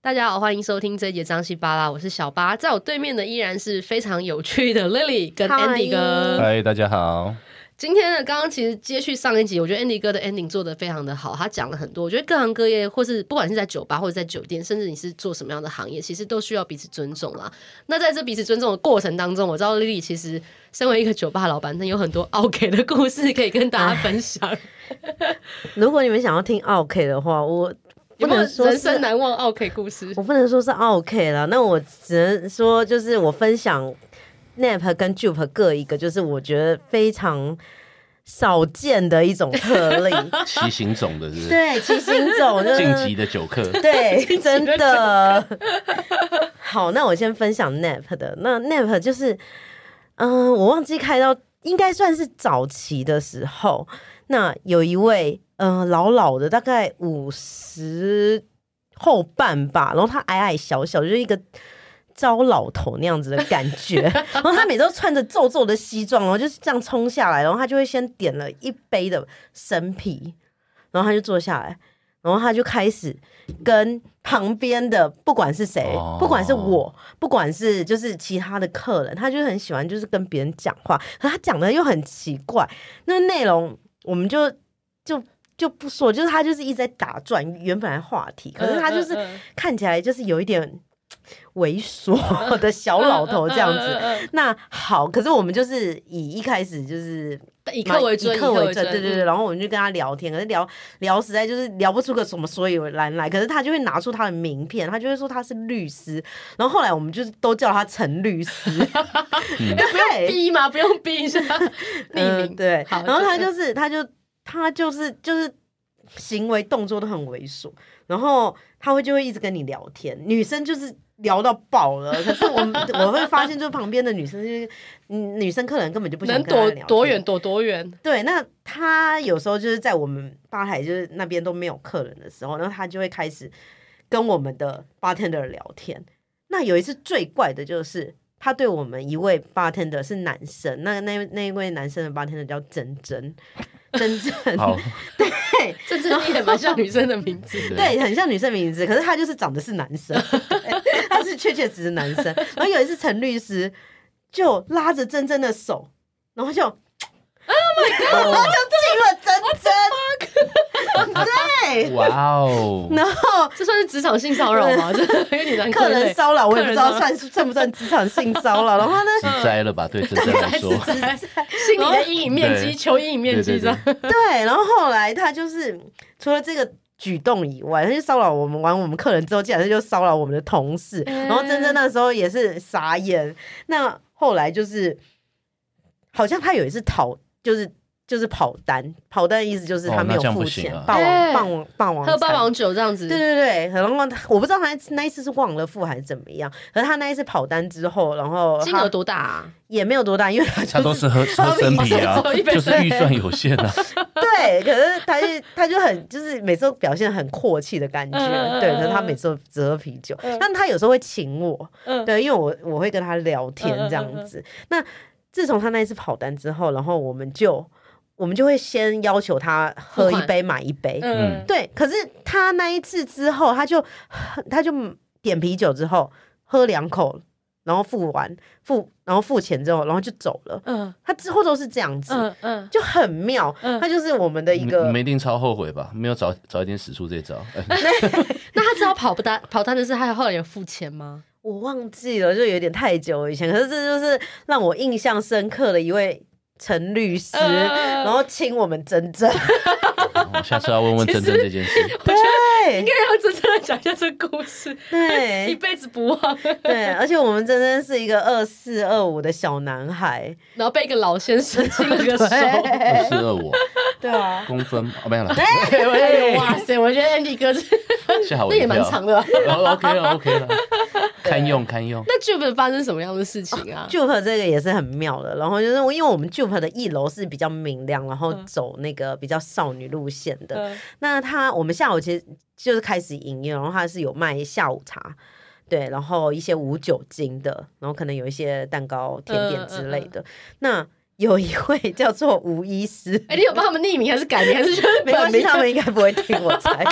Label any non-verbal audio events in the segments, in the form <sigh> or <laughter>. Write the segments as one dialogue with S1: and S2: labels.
S1: 大家好，欢迎收听这一节张西巴拉，我是小八，在我对面的依然是非常有趣的 Lily 跟
S2: Hi
S1: Andy 哥。
S3: 嗨，大家好。
S1: 今天呢，刚刚其实接续上一集，我觉得 Andy 哥的 ending 做的非常的好，他讲了很多。我觉得各行各业，或是不管是在酒吧或者在酒店，甚至你是做什么样的行业，其实都需要彼此尊重啦。那在这彼此尊重的过程当中，我知道 Lily 其实身为一个酒吧老板，那有很多 OK 的故事可以跟大家分享。
S2: 如果你们想要听 OK 的话，我 <laughs>
S1: 有
S2: 不
S1: 没有
S2: 能说
S1: 人
S2: 是
S1: 生难忘 OK 故事？
S2: 我不能说是 OK 了，那我只能说就是我分享 Nap 跟 Jupe 各一个，就是我觉得非常少见的一种特
S3: <laughs>
S2: 例。
S3: 骑行总的是不
S2: 对，七星总就是
S3: 是晋级的酒客，
S2: 对，真的。 <laughs> 好，那我先分享 Nap 的。那 Nap 就是，嗯、我忘记开到，应该算是早期的时候。那有一位，嗯、老老的，大概五十后半吧，然后他矮矮小小，就是一个。糟老头那样子的感觉，然后他每周穿着皱皱的西装，然后就是这样冲下来，然后他就会先点了一杯的生啤，然后他就坐下来，然后他就开始跟旁边的不管是谁，
S3: 哦
S2: 不管是我，不管是就是其他的客人，他就是很喜欢就是跟别人讲话，可他讲的又很奇怪，那内容我们就就就不说，就是他就是一直在打转原本来话题，可是他就是
S1: 嗯嗯嗯
S2: 看起来就是有一点
S1: <laughs>
S2: 猥琐的小老头这样
S1: 嗯嗯
S2: 子。
S1: 嗯嗯
S2: 那好，可是我们就是以一开始就是
S1: 嗯以客为尊，
S2: 以客为
S1: 尊，嗯
S2: 对对对，然后我们就跟他聊天，可是聊聊实在就是聊不出个什么所以然来，可是他就会拿出他的名片，他就会说他是律师，然后后来我们就是都叫他陈律师，
S1: <laughs> 哎嗯。
S2: 对，
S1: 逼吗？不用逼一下， <laughs> 匿
S2: 嗯
S1: 名。
S2: 对，
S1: 好
S2: 然后他
S1: 这
S2: 就是他就他就是就是行为动作都很猥琐，然后他会就会一直跟你聊天，女生就是。聊到爆了，可是我们 <laughs> 我会发现，就是旁边的女生，就是嗯女生客人根本就不想
S1: 能
S2: 跟他
S1: 躲
S2: 聊天
S1: 多远躲多远，
S2: 对，那他有时候就是在我们吧台，就是那边都没有客人的时候，然后他就会开始跟我们的 bartender 聊天。那有一次最怪的就是，他对我们一位 bartender 是男生，那那那一位男生的 bartender 叫珍珍，珍 <laughs> 珍，
S3: 好，
S1: 这真的也蛮像女生的名字。
S2: 对，很像女生名字，可是他就是长得是男生，对他是确确实实男生。然后有一次陈律师就拉着珍珍的手，然后就，Oh my <laughs> god，然后就亲了珍珍，对。
S3: 哇哦，
S2: 然后
S1: 这算是职场性骚扰
S2: <laughs>
S1: 吗？这有点难
S2: 客人骚扰，我也不知道
S1: 客人
S2: 算 <laughs> 算不算职场性骚扰。
S1: <laughs>
S2: 然后呢，
S3: 直栽了吧？对真真来说，
S1: 扰，心理的阴影面积，
S3: 对
S1: 求阴影面积
S3: 对对
S1: 这样。
S2: 对，然后后来他就是除了这个。举动以外，他就骚扰我们玩我们客人之后，竟然就骚扰我们的同事，
S1: 嗯
S2: 然后珍珍那时候也是傻眼。那后来就是，好像他有一次逃，就是就是跑单，跑单的意思就是
S3: 哦
S2: 他没有
S3: 那这样
S2: 付
S3: 不行
S2: 钱，
S3: 啊
S2: 霸王
S1: 哎
S2: 霸王霸
S1: <laughs>
S2: 王
S1: 喝
S2: 餐
S1: 霸王酒这样子，
S2: 对对对，然后他我不知道他那一次是忘了付还是怎么样，可是他那一次跑单之后，然后
S1: 金额
S2: 他
S1: 多大啊？
S2: 也没有多大，因为他
S3: 他
S2: 就
S3: 都
S2: 是
S3: <laughs> 是喝喝生啤啊
S1: 他都是一，杯
S3: <laughs> 就
S1: 水
S3: 是预算有限啊。
S2: 对，可是他就他就很就是每次都表现很阔气的感觉，
S1: 嗯嗯
S2: 对，
S1: 嗯
S2: 可是他
S1: 嗯
S2: 每次都只喝啤酒，
S1: 嗯
S2: 但他有时候会请我，
S1: 嗯
S2: 对，因为我我会跟他聊天
S1: 嗯嗯
S2: 这样
S1: 嗯嗯
S2: 子。那自从他那一次跑单之后，然后我们就我们就会先要求他喝
S1: 付
S2: 一
S1: 款
S2: 杯买一杯，
S1: 嗯，
S2: 对，可是他那一次之后，他就他就点啤酒之后喝两口，然后付完付然后付钱之后，然后就走了。
S1: 嗯
S2: 他之后都是这样子，
S1: 嗯嗯，
S2: 就很妙。
S1: 嗯
S2: 他就是我们的一
S3: 你
S2: 个
S3: 你们一定超后悔吧？没有早早一点使出这招。哎
S1: 那他知道跑不单跑单的是他后来有付钱吗？
S2: 我忘记了，就有点太久以前。可是这就是让我印象深刻的一位陈律师，
S1: 嗯
S2: 然后亲我们珍
S1: <laughs>
S2: 珍，
S3: 我下次要问问真真这件事。
S2: <laughs> 对
S1: 应该让真正的讲一下这个故事，一
S2: 对
S1: 辈子不忘。 <laughs>
S2: 对，而且我们珍珍是一个二四二五的小男孩，啊
S1: 然后被一个老先生 <laughs> 亲了个手， <laughs>
S3: 二四哦二五
S2: 对啊，
S3: 公分，哦没有了，
S2: 哎
S1: 对啊哇塞！我觉得 Andy 哥是
S3: <laughs> 吓我
S1: 那
S3: 一
S1: 也蛮
S3: 跳
S1: 长。的啊。
S3: 哦 OK 了 OK 了，堪用堪用。
S1: 那剧本发生什么样的事情
S3: 哦
S1: <laughs> 啊？
S2: <laughs> Jupe 这个也是很妙的，然后就是我因为我们 Jupe 的一楼是比较明亮，然后
S1: 嗯
S2: 走那个比较少女路线的。
S1: 嗯
S2: 那他我们下午其实就是开始营业，然后他是有卖下午茶，对，
S1: 嗯
S2: 然后一些无酒精的，然后可能有一些蛋糕、甜点之类的。那有一位 <laughs> 叫做吴
S1: <laughs>
S2: 医师，
S1: 哎、你有帮他们匿名还是改名，还是觉得
S2: 没关系，他们应该不会听我猜。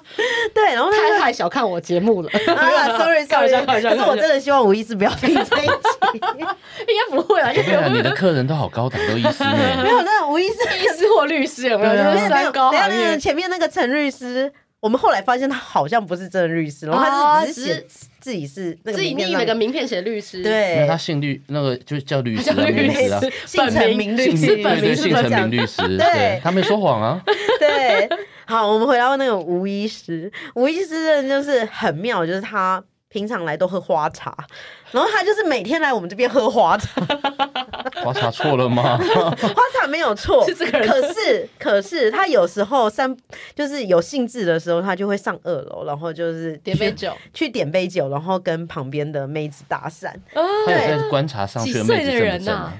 S2: <laughs> 对，然后他
S1: 太太小看我节目了， <laughs> 应
S2: 啊，sorry
S1: 开玩
S2: sorry，
S1: 笑开玩笑
S2: 可是我真的希望吴医师不要
S1: <laughs>
S2: 听这一集。
S1: 该不会啦，啊因
S3: 我跟你
S1: 为
S3: 讲，你的客人都好高档，都医师呢
S2: 没。有，那吴
S1: <laughs>
S2: 医师
S1: 医师或律师有没有？
S3: 对啊
S1: 就是
S2: 没有
S1: 三高
S2: 等一下
S1: 行
S2: 那
S1: 业
S2: 个。前面那个陈律师，我们后来发现他好像不是真的律师，然后
S1: 哦
S2: 他是只是写
S1: 只
S2: 自己是那个
S1: 自己
S2: 名片
S1: 匿啊
S2: 上
S1: 那个名片写律师，，
S3: 没有，
S2: <laughs> 对
S3: 他，姓律，那个就叫律师
S1: 叫
S3: 啊，
S1: 律
S3: 名字啊
S1: 师，，
S2: 姓陈名律
S1: 是
S2: 师，
S3: 对
S1: 本名
S3: 对，
S1: 是
S3: 姓
S1: 本
S3: 陈
S2: 名
S3: 名律师，
S2: 对
S3: 对他没说谎啊。
S2: 对， <laughs> 好，我们回到那个吴医师，吴医师真的就是很妙，就是他平常来都喝花茶，然后他就是每天来我们这边喝花茶，
S3: 我查错了吗？
S2: 花茶没有错，
S1: <laughs> 是这个人
S2: 可是可是他有时候三就是有兴致的时候，他就会上二楼，然后就是
S1: 点杯
S2: 去
S1: 酒，
S2: 去点杯酒，然后跟旁边的妹子搭讪。
S1: 哦
S3: 他有在观察上去的妹
S1: 几岁
S3: 子
S1: 的
S3: 正
S1: 人
S3: 不正
S1: 呐
S3: 啊？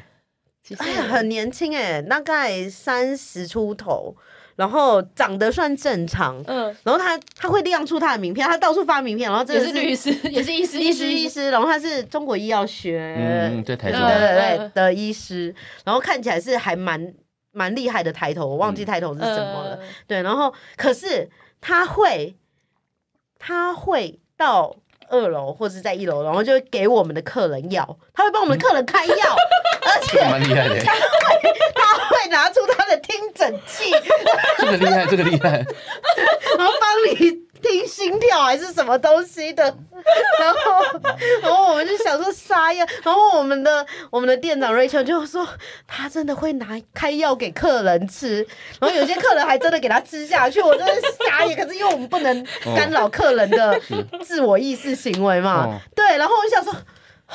S1: 其实
S2: 哎呀，很年轻哎、大概三十出头，然后长得算正常。
S1: 嗯，
S2: 然后他他会亮出他的名片，他到处发名片，然后这
S1: 也
S2: 个
S1: 是律师， <laughs> 也是医师，
S2: 医师医师，然后他是中国医药学，
S3: 嗯，嗯在台
S2: 对
S1: 嗯
S3: 中
S1: 嗯
S2: 对
S1: 嗯
S2: 对的医师，然后看起来是还蛮蛮厉害的抬头，我忘记抬头是什么了。
S1: 呃
S2: 对，然后可是他会，他会到二楼或是在一楼，然后就会给我们的客人药，他会帮我们的客人开药，而且
S3: 这个蛮厉害的，
S2: 他会拿出他的听诊器，
S3: 这个厉害，这个厉害。
S2: <laughs> 然后帮你听心跳还是什么东西的， <laughs> 然后然后我们就想说啥呀，然后我们的我们的店长 Rachel 就说他真的会拿开药给客人吃，然后有些客人还真的给他吃下去，我真的是傻眼。可是因为我们不能干扰客人的自我意识行为嘛，
S3: 哦
S2: 对，然后我就想说。 <sighs> 哇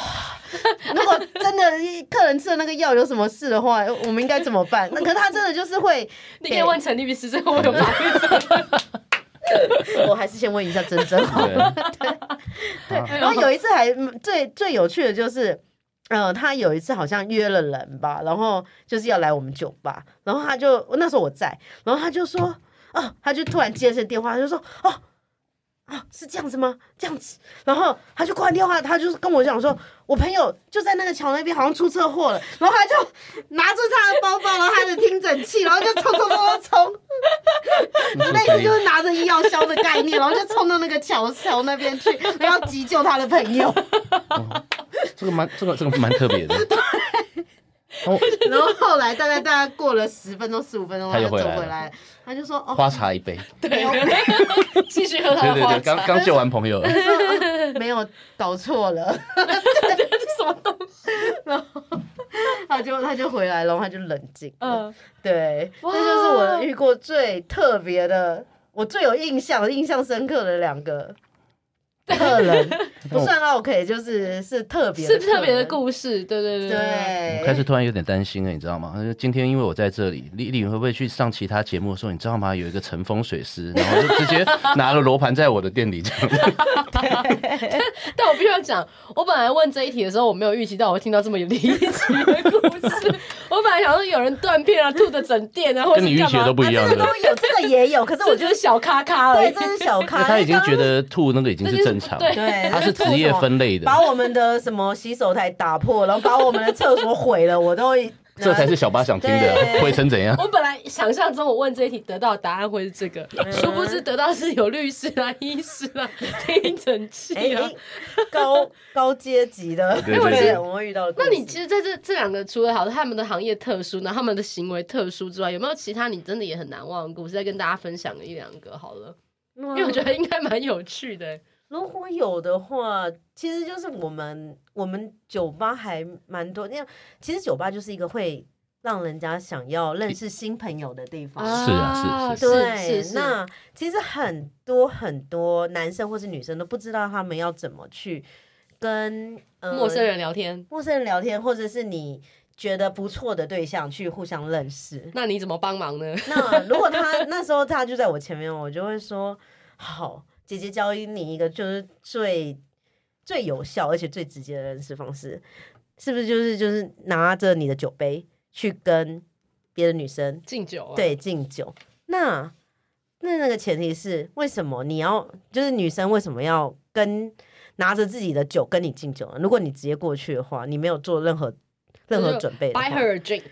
S2: 如果真的呃客人吃了那个药有什么事的话，我们应该怎么办？那可是他真的就是会
S1: 你可以问陈律师，这个我有法律责任。
S2: 我还是先问一下珍珍好了。
S3: 对，
S2: 然
S1: 哦
S2: 后有一次还嗯最最有趣的就是。呃，他有一次好像约了人吧，然后就是要来我们酒吧，然后他就那时候我在，然后他就说，哦，他就突然接了电话，他就说，哦，啊，是这样子吗？这样子，然后他就挂完电话，他就是跟我讲说，我朋友就在那个桥那边好像出车祸了，然后他就拿出他的包包，然后他的听诊器，然后就冲冲冲冲冲，类似就是拿着医药箱的概念，然后就冲到那个桥桥那边去，然后急救他的朋友。
S3: 这个蛮这个这个蛮特别的。
S2: <laughs> 然后后来大概大概过了十分钟十五分钟，
S3: 他
S2: 他
S3: 就
S2: 就走
S3: 回来
S2: 回
S3: 了
S2: 来了，他就说哦，
S3: 花茶一杯，
S2: 没
S1: 哦
S2: 有
S1: <laughs> 继续喝他
S3: 对
S1: 的
S3: 对
S1: 花
S3: 对，
S1: 茶，
S3: 刚刚救完朋友，
S2: 他说哦 <laughs> 没有搞错了，
S1: 这是什么东西？
S2: 他就他就回来了，然后他就冷静。嗯，
S1: 嗯，
S2: 对，
S1: 哇
S2: 这就是我遇过最特别的，我最有印象、印象深刻的两
S1: <laughs>
S2: 个。客人不算 OK，就是是特别，
S1: 是不是特别的。故事，对对对
S3: 我开
S2: 对，
S3: 始突然有点担心了，你知道吗？今天因为我在这里，丽丽会不会去上其他节目的时候，你知道吗？有一个尘风水师，然后就直接拿了罗盘在我的店里这样子。
S1: 但我必须要讲，我本来问这一题的时候，我没有预期到我会听到这么有离奇的故事。我本来想说有人断片啊，吐的整店
S3: <laughs>
S1: 啊，或者
S3: 跟你预期的都不一样
S2: 这个都有，这个也有，可是
S1: 我
S2: 我
S1: 觉
S2: 觉
S1: 得
S2: 得
S1: 小咖咖而
S2: 对，
S1: 已
S2: 这。是小咖，
S3: 他已经
S2: 刚
S3: 觉得吐那个已经是正常，
S1: 对
S2: 对，
S3: 他是职业分类的，
S2: 把我们的什么洗手台打破，然后把我们的厕所毁了，我都会。
S3: <laughs> 这才是小巴想听的
S2: 对
S3: 啊，会成怎
S1: <laughs>
S3: 样？
S1: 我本来想象中我问这一题得到的答案会是这
S3: <laughs>
S1: 个，
S3: 嗯
S1: 殊不知得到是有律师啊、医师啊、 <laughs> 听诊
S2: 哎、
S1: 器啊
S2: 哎。高高阶级的，
S3: 对对对
S2: <laughs> 我们遇到的故
S1: 那
S2: 事。
S1: 你其实在这这两个，除了好他们的行业特殊，然后他们的行为特殊之外，有没有其他你真的也很难忘的故事？再跟大家分享一两个好了，
S2: 因
S1: 因为我觉
S2: 得
S1: 得应该蛮有趣的、
S2: 如果有的话，其实就是我们我们酒吧还蛮多，因为其实酒吧就是一个会让人家想要认识新朋友的地方。
S3: 是啊是是
S2: 哦对
S1: 是，是
S2: 那其实很多很多男生或是女生都不知道他们要怎么去跟、呃、
S1: 陌生人聊天，。
S2: 陌生人聊天，或者是你觉得不错的对象去互相认识
S1: 那你怎么帮忙呢？
S2: 那如果他那时候他就在我前面，我就会说：“好，姐姐教你一个就是最最有效而且最直接的认识方式，是不是？就是就是拿着你的酒杯去跟别的女生
S1: 敬酒啊，，
S2: 对敬酒。那那那个前提是为什么你要就是女生为什么要跟拿着自己的酒跟你敬酒呢？如果你直接过去的话，你没有做任何任何
S1: 就
S2: 准备的话。
S1: ，buy her a drink，，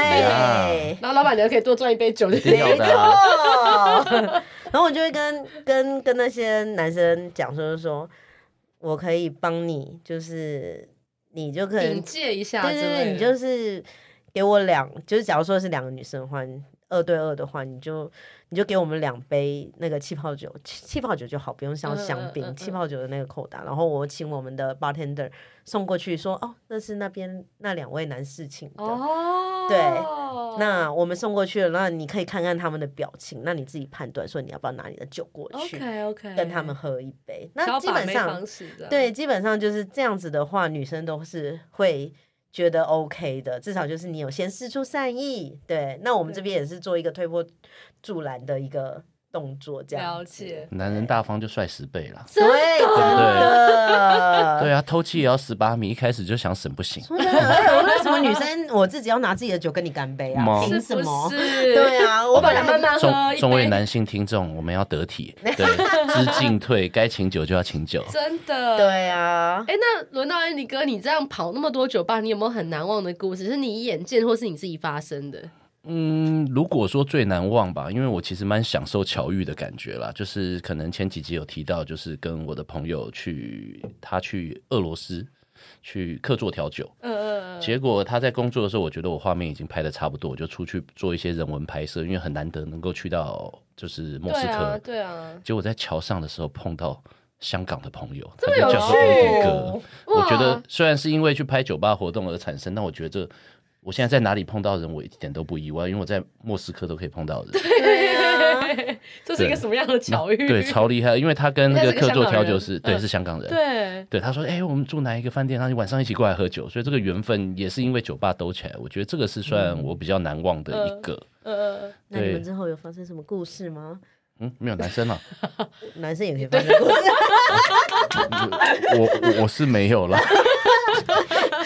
S2: 对
S1: 然后老板娘可以多赚一杯酒就
S3: 一定要
S1: 对
S3: 的啊、
S2: 哦。 <laughs> 然后我就会跟跟跟那些男生讲说，就是说我可以帮你，就是你就可能
S1: 引介一下之
S2: 对
S1: 类
S2: 对
S1: 的，
S2: 对，你就是给我两，就是假如说是两个女生的话，你二对二的话，你就你就给我们两杯那个气泡酒，气气泡酒就好，不用像
S1: 嗯
S2: 香
S1: 嗯
S2: 槟、
S1: 嗯
S2: 气
S1: 嗯
S2: 泡酒的那个扣打。然后我请我们的 bartender 送过去说，哦，那是那边那两位男士请的。
S1: 哦，
S2: 对那我们送过去了，那你可以看看他们的表情，那你自己判断说你要不要拿你的酒过去
S1: OK OK，
S2: 跟他们喝一杯。那
S1: 小
S2: 基
S1: 把
S2: 本
S1: 妹
S2: 上
S1: 方式的，
S2: 对，基本上就是这样子的话，女生都是会觉得 OK 的，至少就是你有先施出善意。对，那我们这边也是做一个推波助澜的一个动作，这样
S1: 了
S2: 子
S1: 解。
S3: 男人大方就帅十倍啦。
S2: 对，真的， <laughs>
S3: 对啊，偷气也要十八米，一开始就想省不行。
S2: 说真的，而且我为什么女生我自己要拿自己的酒跟你干杯啊？
S3: 吗
S2: 凭
S1: 是
S2: 什
S1: 不
S2: 么？
S1: 是？
S2: <laughs> 对啊，我
S1: 我
S2: 本
S1: 本来
S2: 来
S1: 慢慢
S3: 众
S1: 喝，
S3: 哦众位
S1: 一杯
S3: 男性听众，我们要得体，对，知进退，该请酒就要请酒。
S1: 真的。
S2: 对啊，
S1: 哎，那轮到安妮哥，你这样跑那么多酒吧，你有没有很难忘的故事？是你眼见，或是你自己发生的？
S3: 嗯，如果说最难忘吧，因为我其实蛮享受巧遇的感觉啦，就是可能前几集有提到，就是跟我的朋友去，他去俄罗斯去客座调酒，
S1: 嗯嗯嗯，
S3: 结果他在工作的时候，我觉得我画面已经拍的差不多，我就出去做一些人文拍摄，因为很难得能够去到就是莫斯
S1: 对啊，
S3: 科。
S1: 对
S3: <laughs>
S1: 啊，
S3: 结果在桥上的时候碰到香港的朋友，他
S1: 么
S3: 就
S1: 有
S3: 叫做 Andy
S1: 趣
S3: 哥
S1: 哦。
S3: 我觉得
S1: 哇
S3: 虽然是因为去拍酒吧活动而产生，但我觉得我现在在哪里碰到人，我一点都不意外，因为我在莫斯科都可以碰到人。
S2: <laughs> 对啊，
S1: 这是一个
S3: 对
S1: 什么样的巧遇？
S3: 对，
S1: <laughs>
S3: 超厉害，因为他跟那个
S1: 人家是
S3: 客
S1: 个
S3: 座
S1: 香港
S3: 调酒
S1: 人
S3: 师，对，
S1: 嗯
S3: 是香港人。
S1: 对，呃
S3: 对，他说：“哎、我们住哪一个饭店？然后晚上一起过来喝酒。”所以这个缘分也是因为酒吧兜起来，我觉得这个是
S1: 嗯
S3: 算我比较难忘的一个。
S1: 呃，
S2: 那你们
S3: 对
S2: 之后有发生什么故事吗？
S3: 嗯没有男生啊， <laughs>
S2: 男生也可以发生故事，啊
S3: 我我我是没有啦。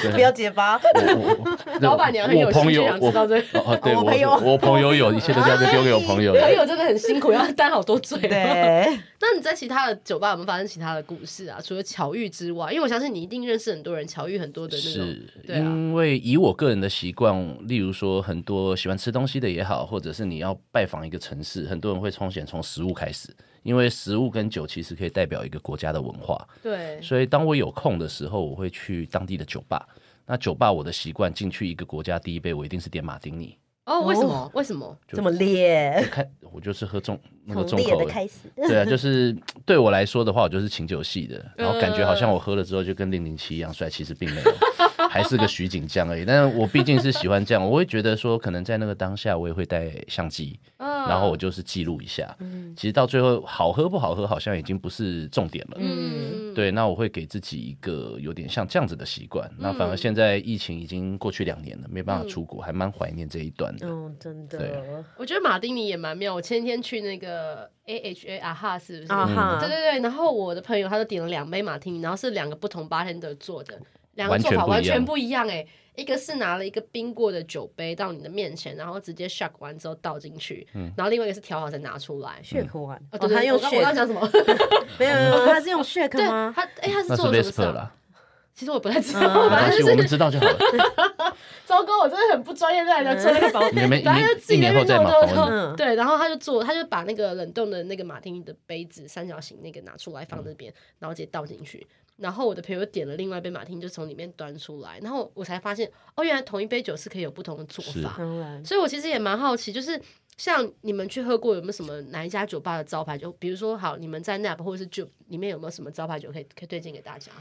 S3: 对
S2: 不要结巴。
S3: 我我我
S1: 老板娘很有
S3: 我
S1: 兴
S3: 朋
S1: 趣
S3: 友
S1: 想知
S3: 我
S1: 道这个
S3: 哦哦，对
S2: 我朋友
S3: 我我朋友有，一切都是要
S1: 啊
S3: 丢给我朋友的。
S1: 朋友真的很辛苦，要担好多罪。
S2: 对，
S1: <laughs> 那你在其他的酒吧有没有发生其他的故事啊？除了巧遇之外，因为我相信你一定认识很多人，巧遇很多的那种。
S3: 是
S1: 对啊
S3: 因为以我个人的习惯，例如说很多喜欢吃东西的也好，或者是你要拜访一个城市，很多人会从先从食物开始，因为食物跟酒其实可以代表一个国家的文化。
S1: 对，
S3: 所以当我有空的时候，我会去当地的酒吧。那酒吧我的习惯，进去一个国家第一杯，我一定是点马丁尼。
S1: 哦，为什么？为什么？
S2: 这么烈，
S3: 看，我就是喝重那个
S2: 从
S3: 重
S2: 烈
S3: 口
S2: 的
S3: 味。
S2: 开始。
S3: <laughs> 对啊，就是对我来说的话，我就是请酒系的，然后感觉
S1: 嗯
S3: 好像我喝了之后就跟零零七一样帅，其实并没有，还是个徐锦江而已。但是我毕竟是喜欢这样，我会觉得说，可能在那个当下，我也会带相机，
S1: 嗯
S3: 然后我就是记录一下。其实到最后，好喝不好喝，好像已经不是重点了。
S1: 嗯，
S3: 对，那我会给自己一个有点像这样子的习惯。那
S1: 嗯
S3: 反而现在疫情已经过去两年了，没办法出国，还蛮怀念这一段的。
S2: 嗯，真的
S3: 对
S1: 我觉得马丁尼也蛮妙。我前天去那个 A H A 啊哈，是不是？
S2: 啊哈，
S1: 对对对，然后我的朋友他就点了两杯马提尼，然后是两个不同 bartender 做的，两个
S3: 完
S1: 做
S3: 全
S1: 法
S3: 不一
S1: 完全
S3: 样
S1: 不一样哎、一个是拿了一个冰过的酒杯到你的面前，然后直接 shake 完之后倒进去，
S3: 嗯
S1: 然后另外一个是调好再拿出来。
S2: 血口丸，
S1: 哦，
S2: 哦，
S1: 对
S2: 他
S1: 对，
S2: 用
S1: 我刚我
S2: 血
S1: 刚，讲什么？
S2: 没有没有没有，他是用血
S1: 对
S2: 吗？嗯
S1: 他，哎，他是
S3: 那是
S1: 做了什么事
S3: Vesper
S1: 啊？
S3: 啦，
S1: 其实 <laughs> 我不太知道，
S3: 没
S1: <laughs> 反
S3: 关
S1: 正
S3: 系，
S1: 就
S3: 我们
S1: 是
S3: 知道就好了。
S1: 糟糕，我真的很不专业，在那做那个保
S3: <laughs> 你们
S1: 然后就自
S3: 一
S1: 己在
S3: 年
S1: 那
S3: 后再
S1: 边
S3: 嘛
S1: 弄弄
S3: 访
S1: 弄
S3: 问。
S2: 嗯
S1: 对，然后他就做，他就把那个冷冻的那个马丁尼的杯子三角形那个拿出来
S2: 嗯
S1: 放那边，然后直接倒进去。然后我的朋友点了另外一杯马丁尼，就从里面端出来，然后我才发现，哦，原来同一杯酒是可以有不同的做
S3: 是
S1: 法。
S2: 当然，
S1: 所以我其实也蛮好奇，就是像你们去喝过有没有什么哪一家酒吧的招牌酒？比如说，好，你们在 Nap 或者是 j u 里面有没有什么招牌酒可以可以推荐给大家？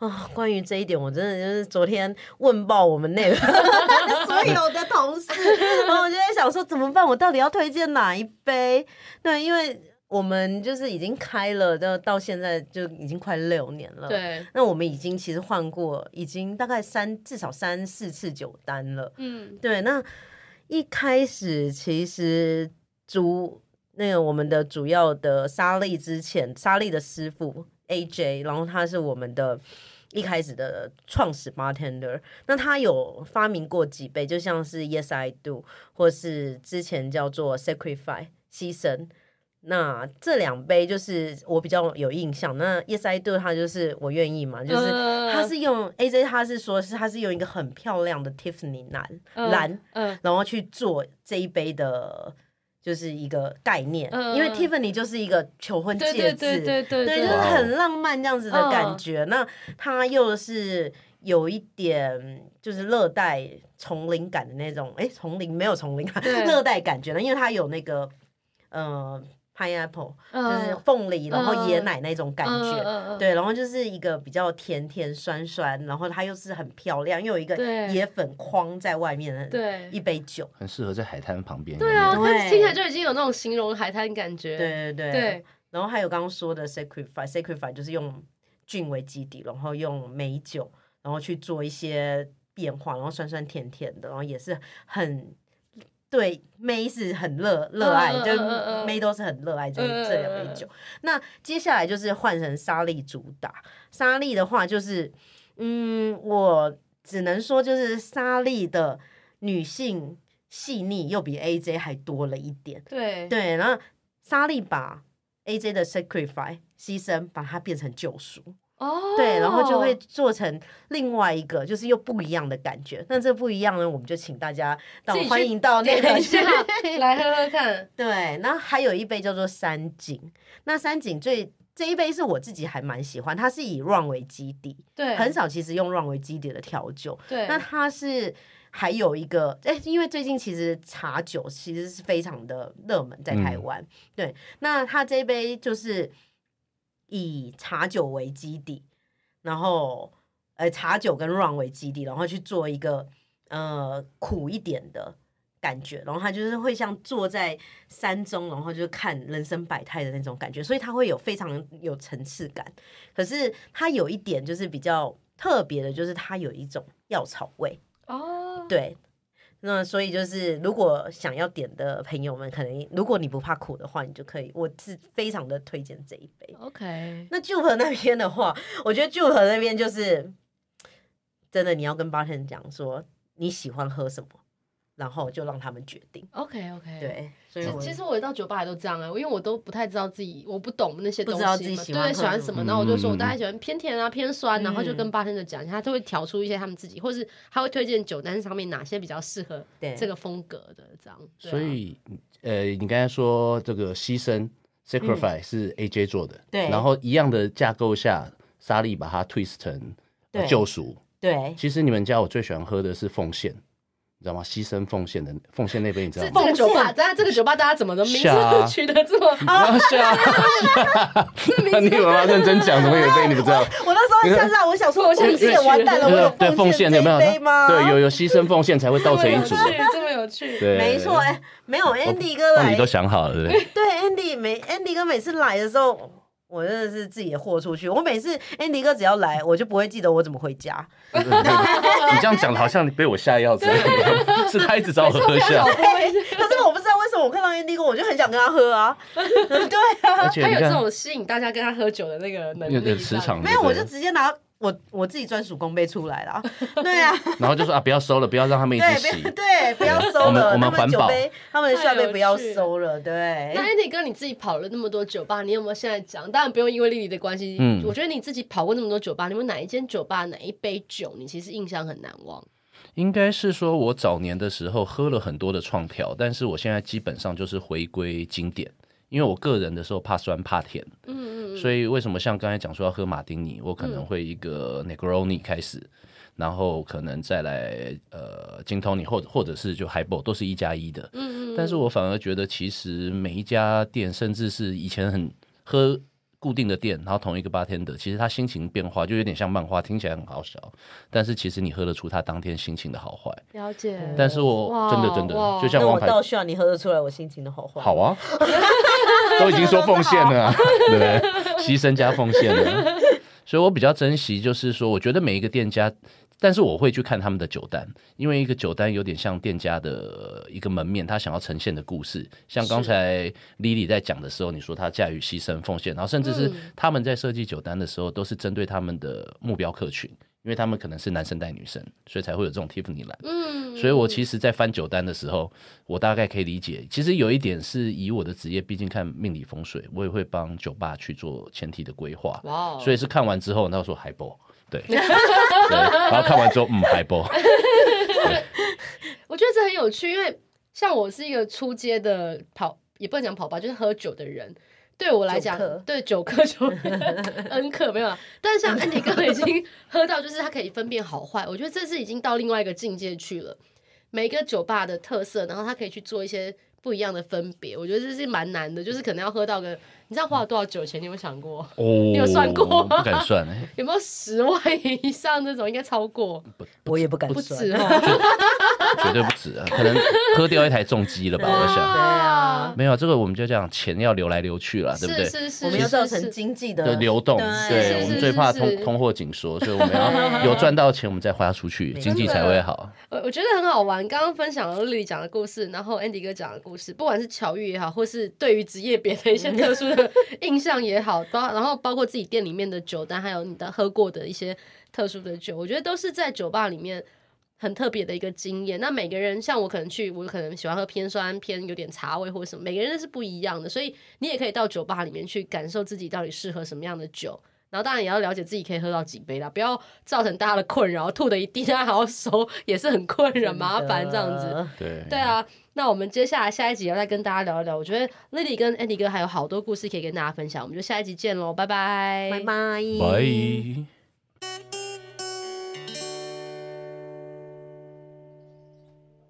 S2: 啊，关于这一点，我真的就是昨天问爆我们那个 <laughs> 所有的同事， <laughs> 然后我就在想说怎么办，我到底要推荐哪一杯？对，因为我们就是已经开了，到到现在就已经快六年了。，
S1: 对，
S2: 那我们已经其实换过，已经大概三至少三四次酒单了。
S1: 嗯，
S2: 对，那一开始其实主那个我们的主要的沙利之前，沙利的师傅 AJ，然后他是我们的一开始的创始 bartender，那他有发明过几杯，就像是 Yes I Do，或是之前叫做 Sacrifice 牺牲。那这两杯就是我比较有印象。那 Yes I Do 它就是我愿意嘛，就是
S1: 嗯
S2: 它是用 AJ 它是说是它是用一个很漂亮的 Tiffany 蓝
S1: 嗯
S2: 蓝，
S1: 嗯
S2: 然后去做这一杯的，就是一个概念，
S1: 嗯
S2: 因为 Tiffany 就是一个求婚戒
S1: 对
S2: 指，
S1: 对对对对嗯
S2: 对，就是很浪漫这样子的感觉。那它又是有一点就是热带丛林感的那种，哎，丛林没有丛林感，
S1: 对
S2: <laughs> 热带感觉呢，因为它有那个呃 pineapple，就是
S1: 嗯
S2: 凤梨，然后
S1: 嗯
S2: 椰奶那种感觉。
S1: 嗯嗯嗯
S2: 对，然后就是一个比较甜甜酸酸，然后它又是很漂亮，又有一个
S1: 对
S2: 椰粉框在外面的
S1: 对
S2: 一杯酒。
S3: 很适合在海滩旁边。
S1: 对啊，
S2: 对
S1: 但是听起来就已经有那种形容海滩感觉。
S2: 对对对。
S1: 对
S2: 然后还有刚刚说的 sacrifice，sacrifice 就是用菌为基底，然后用美酒，然后去做一些变化，然后酸酸甜甜的，然后也是很对妹是很热热爱，
S1: 嗯嗯
S2: 就
S1: 嗯嗯
S2: 妹都是很热爱这、
S1: 嗯嗯
S2: 这两杯酒。那接下来就是换成沙莉主打，沙莉的话就是，嗯，我只能说就是沙莉的女性细腻又比 AJ 还多了一点。
S1: 对
S2: 对，然后莎莉把 AJ 的 sacrifice 牺牲，把它变成救赎，
S1: 哦，
S2: 对，然后就会做成另外一个，就是又不一样的感觉。那这不一样呢，我们就请大家到
S1: 自己去
S2: 欢迎到那
S1: 等 <laughs>
S2: 个
S1: 一下来喝喝看。
S2: 对，然后还有一杯叫做山井，那山井最这一杯是我自己还蛮喜欢，它是以 run 为基底，
S1: 对，
S2: 很少其实用 run 为基底的调酒，
S1: 对，
S2: 那它是还有一个，哎、因为最近其实茶酒其实是非常的热门在台湾，对。那它这一杯就是以茶酒为基底，然后呃茶酒跟 rum 为基底，然后去做一个呃苦一点的。感觉，然后它就是会像坐在山中，然后就是看人生百态的那种感觉，所以它会有非常有层次感。可是它有一点就是比较特别的，就是它有一种药草味，
S1: 哦，
S2: 对。那所以就是，如果想要点的朋友们，可能如果你不怕苦的话，你就可以。我是非常的推荐这一杯。
S1: ，OK，
S2: 那 Jupe 那边的话，我觉得 Jupe 那边就是真的，你要跟 bartender 讲说你喜欢喝什么，然后就让他们决定。
S1: OK OK，。
S2: 对，所以
S1: 其
S2: 我
S1: 其实我到酒吧也都这样啊，因为我都不太知道自己，我不懂那些
S2: 不
S1: 东西
S2: 知道
S1: 嘛，
S2: 自己喜
S1: 对
S2: 欢
S1: 对，
S2: 喝
S1: 喜欢
S2: 什
S1: 什
S3: 么
S1: 么，那我就说我
S3: 嗯
S1: 大概喜欢偏甜啊、偏酸，然后就
S2: 嗯
S1: 跟 bartender 讲一下，他就会调出一些他们自己，啊或是他会推荐酒单上面哪些比较适合
S2: 对
S1: 这个风格的这样。对啊
S3: 所以，呃，你刚才说这个牺牲 sacrifice 是 AJ 做的，
S2: 嗯对
S3: 然后一样的架构下，莎莉把它 twist 成呃
S2: 对
S3: 救赎。
S2: 对
S3: 其实你们家我最喜欢喝的是奉献，你知道吗？牺牲奉献的奉献那杯，你知道
S1: 这
S3: 吗
S1: 这？个酒吧，大家这个酒吧大家怎么的名字
S3: 是啊
S1: 取得这么？
S3: 啊
S2: 哦
S3: 是啊，是啊你有没有认真讲？怎么有一杯你不知道？
S2: 我那时候想让我想说，我自己也完蛋了，我有
S3: 对
S2: 奉献
S3: 有没有
S2: 这一杯？吗？
S3: 对，有有牺牲奉献才会
S1: 这
S2: <laughs>
S3: 造
S1: 么
S3: 成一
S1: 有
S3: 组
S1: 趣。，这么有趣。
S3: 对，
S2: 没错，哎、没有 Andy 哥
S3: 那
S2: 来
S3: 哦你都想好了，对不对？
S2: 对 Andy 每 Andy 哥每次来的时候，我真的是自己也豁出去。我每次 Andy 哥只要来，我就不会记得我怎么回
S1: <laughs>
S2: 家。
S3: 你这样讲好像被我下药之类的， <laughs> 是他一直找我
S1: <laughs>
S3: 喝下，
S2: 可是我不知道为什么，我看到 Andy 哥，我就很想跟他喝
S1: <laughs>
S2: 啊。对啊，
S3: 而且
S1: 他
S3: 你
S1: 有这
S3: 看
S1: 种吸引大家跟他喝酒的那个能力，
S3: 有有磁场，
S2: 没有，我就直接拿我我自己专属公杯出
S1: <laughs>
S2: 来了。对啊，
S3: 然后就说啊，不要收了，不要让他们一直
S2: 对，不要
S3: 洗。
S2: 对，不要
S3: 我
S2: 收
S3: 们
S2: 了，
S3: 我
S2: 他
S3: 们
S2: 们
S3: 环
S2: 酒
S3: 保
S2: 杯，他们的下
S1: 太
S2: 杯
S1: 有
S2: 不要
S1: 趣
S2: 收了。
S1: 那
S2: 对，
S1: Andy 哥，你自己跑了那么多酒吧，你有没有现在讲？当然不用因为丽丽的关系，
S3: 嗯
S1: 我觉得你自己跑过那么多酒吧，你们哪一间酒吧哪一杯酒，你其实印象很难忘？
S3: 应该是说我早年的时候喝了很多的创调，但是我现在基本上就是回归经典，因为我个人的时候怕酸怕甜，
S1: 嗯嗯嗯
S3: 所以为什么像刚才讲说要喝马丁尼，我可能会一个 Negroni 开始，然后可能再来呃金汤尼，或者或者是就 Highball，都是一加一的。
S1: 嗯嗯
S3: 但是我反而觉得，其实每一家店，甚至是以前很喝固定的店，然后同一个 bartender，其实他心情变化就有点像漫画，听起来很好笑，但是其实你喝得出他当天心情的好坏。
S1: 了解。
S3: 但是我
S1: 哇
S3: 真的真的
S1: 哇
S3: 就像
S2: 那
S3: 王
S2: 我
S3: 牌，
S2: 倒需要你喝得出来我心情的好坏。
S3: 好啊，都已经说奉献了、啊，对不对？牺牲加奉献了，所以我比较珍惜，就是说，我觉得每一个店家，但是我会去看他们的酒单，因为一个酒单有点像店家的一个门面，他想要呈现的故事。像刚才 Lily 在讲的时候，你说她驾驭牺牲奉献，然后甚至是
S1: 嗯
S3: 他们在设计酒单的时候，都是针对他们的目标客群。因为他们可能是男生带女生，所以才会有这种 Tiffany 蓝。
S1: 嗯，
S3: 所以我其实，在翻酒单的时候，我大概可以理解。其实有一点是以我的职业，毕竟看命理风水，我也会帮酒吧去做前提的规划。
S1: 哇哦，
S3: 所以是看完之后，他说海波，
S1: <laughs>
S3: 对，对，然后看完之后，嗯，海波，
S1: 我觉得这很有趣，因为像我是一个出街的跑，也不能讲跑吧，就是喝酒的人。对我来讲
S2: 酒客，
S1: 对酒客 <laughs> 酒恩客没有啊，但是像 Andy 哥已经喝到，就是他可以分辨好坏，我觉得这是已经到另外一个境界去了。每个酒吧的特色，然后他可以去做一些不一样的分别，我觉得这是蛮难的，就是可能要喝到个，你知道花了多少酒 <laughs> 钱？你有没有想过？
S3: 哦，
S1: 有算过吗
S3: 不敢算，哎
S1: 有没有十万以上这种？应该超过，
S2: 我也不敢
S1: 不
S2: 算
S1: 止哦。
S3: 绝对不止啊，可能喝掉一台重机了吧？我想，
S2: 啊
S3: 没有这个，我们就讲钱要流来流去
S1: <laughs>
S3: 啊了，对不对？
S1: 是是是，
S2: 我们要造
S1: 是
S2: 成
S1: 是
S2: 经济
S3: 的
S2: 的
S3: 流动，
S1: 是
S3: 对
S1: 是
S3: 我
S1: 是
S3: 们最怕
S1: 是
S3: 通
S1: 是
S3: 通货紧缩，所
S1: <laughs>
S3: 以我们要有赚到钱，我们再花出去，
S2: 对
S3: 经济才会好。
S1: 我我觉得很好玩。刚刚分享了丽丽讲的故事，然后 Andy 哥讲的故事，不管是巧遇也好，或是对于职业别的一些特殊的印象也好，包然后包括自己店里面的酒单，还有你的喝过的一些特殊的酒，我觉得都是在酒吧里面。很特别的一个经验。那每个人像我可能去，我可能喜欢喝偏酸、偏有点茶味或者什么，每个人是不一样的，所以你也可以到酒吧里面去感受自己到底适合什么样的酒。然后当然也要了解自己可以喝到几杯啦，不要造成大家的困扰，吐的一地，大家还要收，也是很困扰、麻烦这样子。。
S3: 对
S1: 对啊，那我们接下来下一集要再跟大家聊一聊。我觉得 Lily 跟 Andy 哥还有好多故事可以跟大家分享，我们就下一集见喽，拜拜，
S2: 拜拜，
S3: 拜。